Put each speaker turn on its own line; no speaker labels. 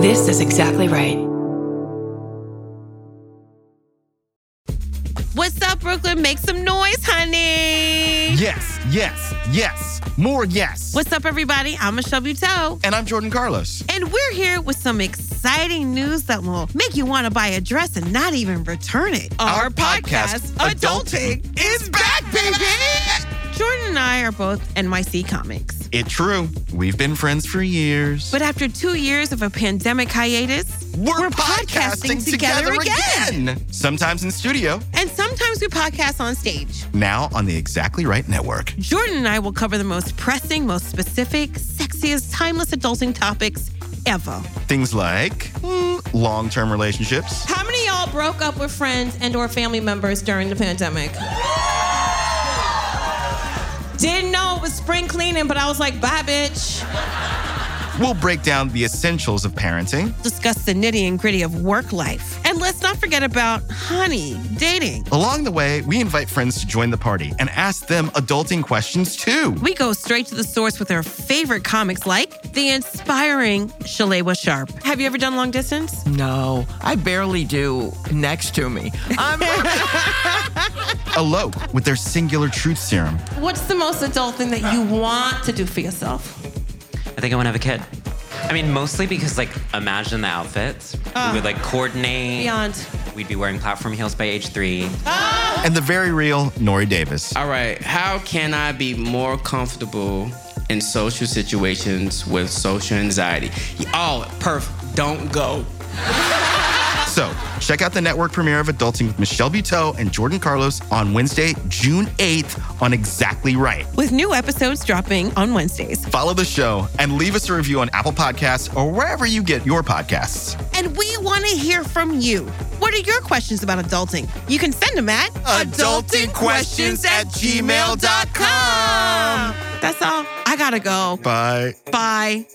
This is exactly right.
What's up, Brooklyn? Make some noise, honey.
Yes, yes, yes. More yes.
What's up, everybody? I'm Michelle Buteau.
And I'm Jordan Carlos.
And we're here with some exciting news that will make you want to buy a dress and not even return it.
Our podcast, Adulting,
is back, baby! Jordan and I are both NYC comics.
It's true. We've been friends for years.
But after two years of a pandemic hiatus,
we're,
podcasting together
again. Sometimes in studio,
and sometimes we podcast on stage,
now on the Exactly Right Network.
Jordan and I will cover the most pressing, most specific, sexiest, timeless adulting topics ever.
Things like mm, long-term relationships,
How many of y'all broke up with friends and or family members during the pandemic? Didn't know it was spring cleaning, but I was like, bye, bitch.
we'll break down the essentials of parenting,
Discuss the nitty and gritty of work life. And let's not forget about honey, dating.
Along the way, we invite friends to join the party and ask them adulting questions too.
We go straight to the source with our favorite comics like the inspiring Shalewa Sharp. Have you ever done long distance?
No, I barely do next to me. I'm
Elope with their singular truth serum.
What's the most adult thing that you want to do for yourself?
I think I want to have a kid. I mean, mostly because, like, imagine the outfits. we would, like, coordinate.
Beyond.
We'd be wearing platform heels by age three.
And the very real Nori Davis.
All right, how can I be more comfortable in social situations with social anxiety? Oh, perf, don't go.
So, check out the network premiere of Adulting with Michelle Buteau and Jordan Carlos on Wednesday, June 8th on Exactly Right.
With new episodes dropping on Wednesdays.
Follow the show and leave us a review on Apple Podcasts or wherever you get your podcasts.
And we want to hear from you. What are your questions about adulting? You can send them at
adultingquestions at gmail.com.
That's all. I gotta go.
Bye.
Bye.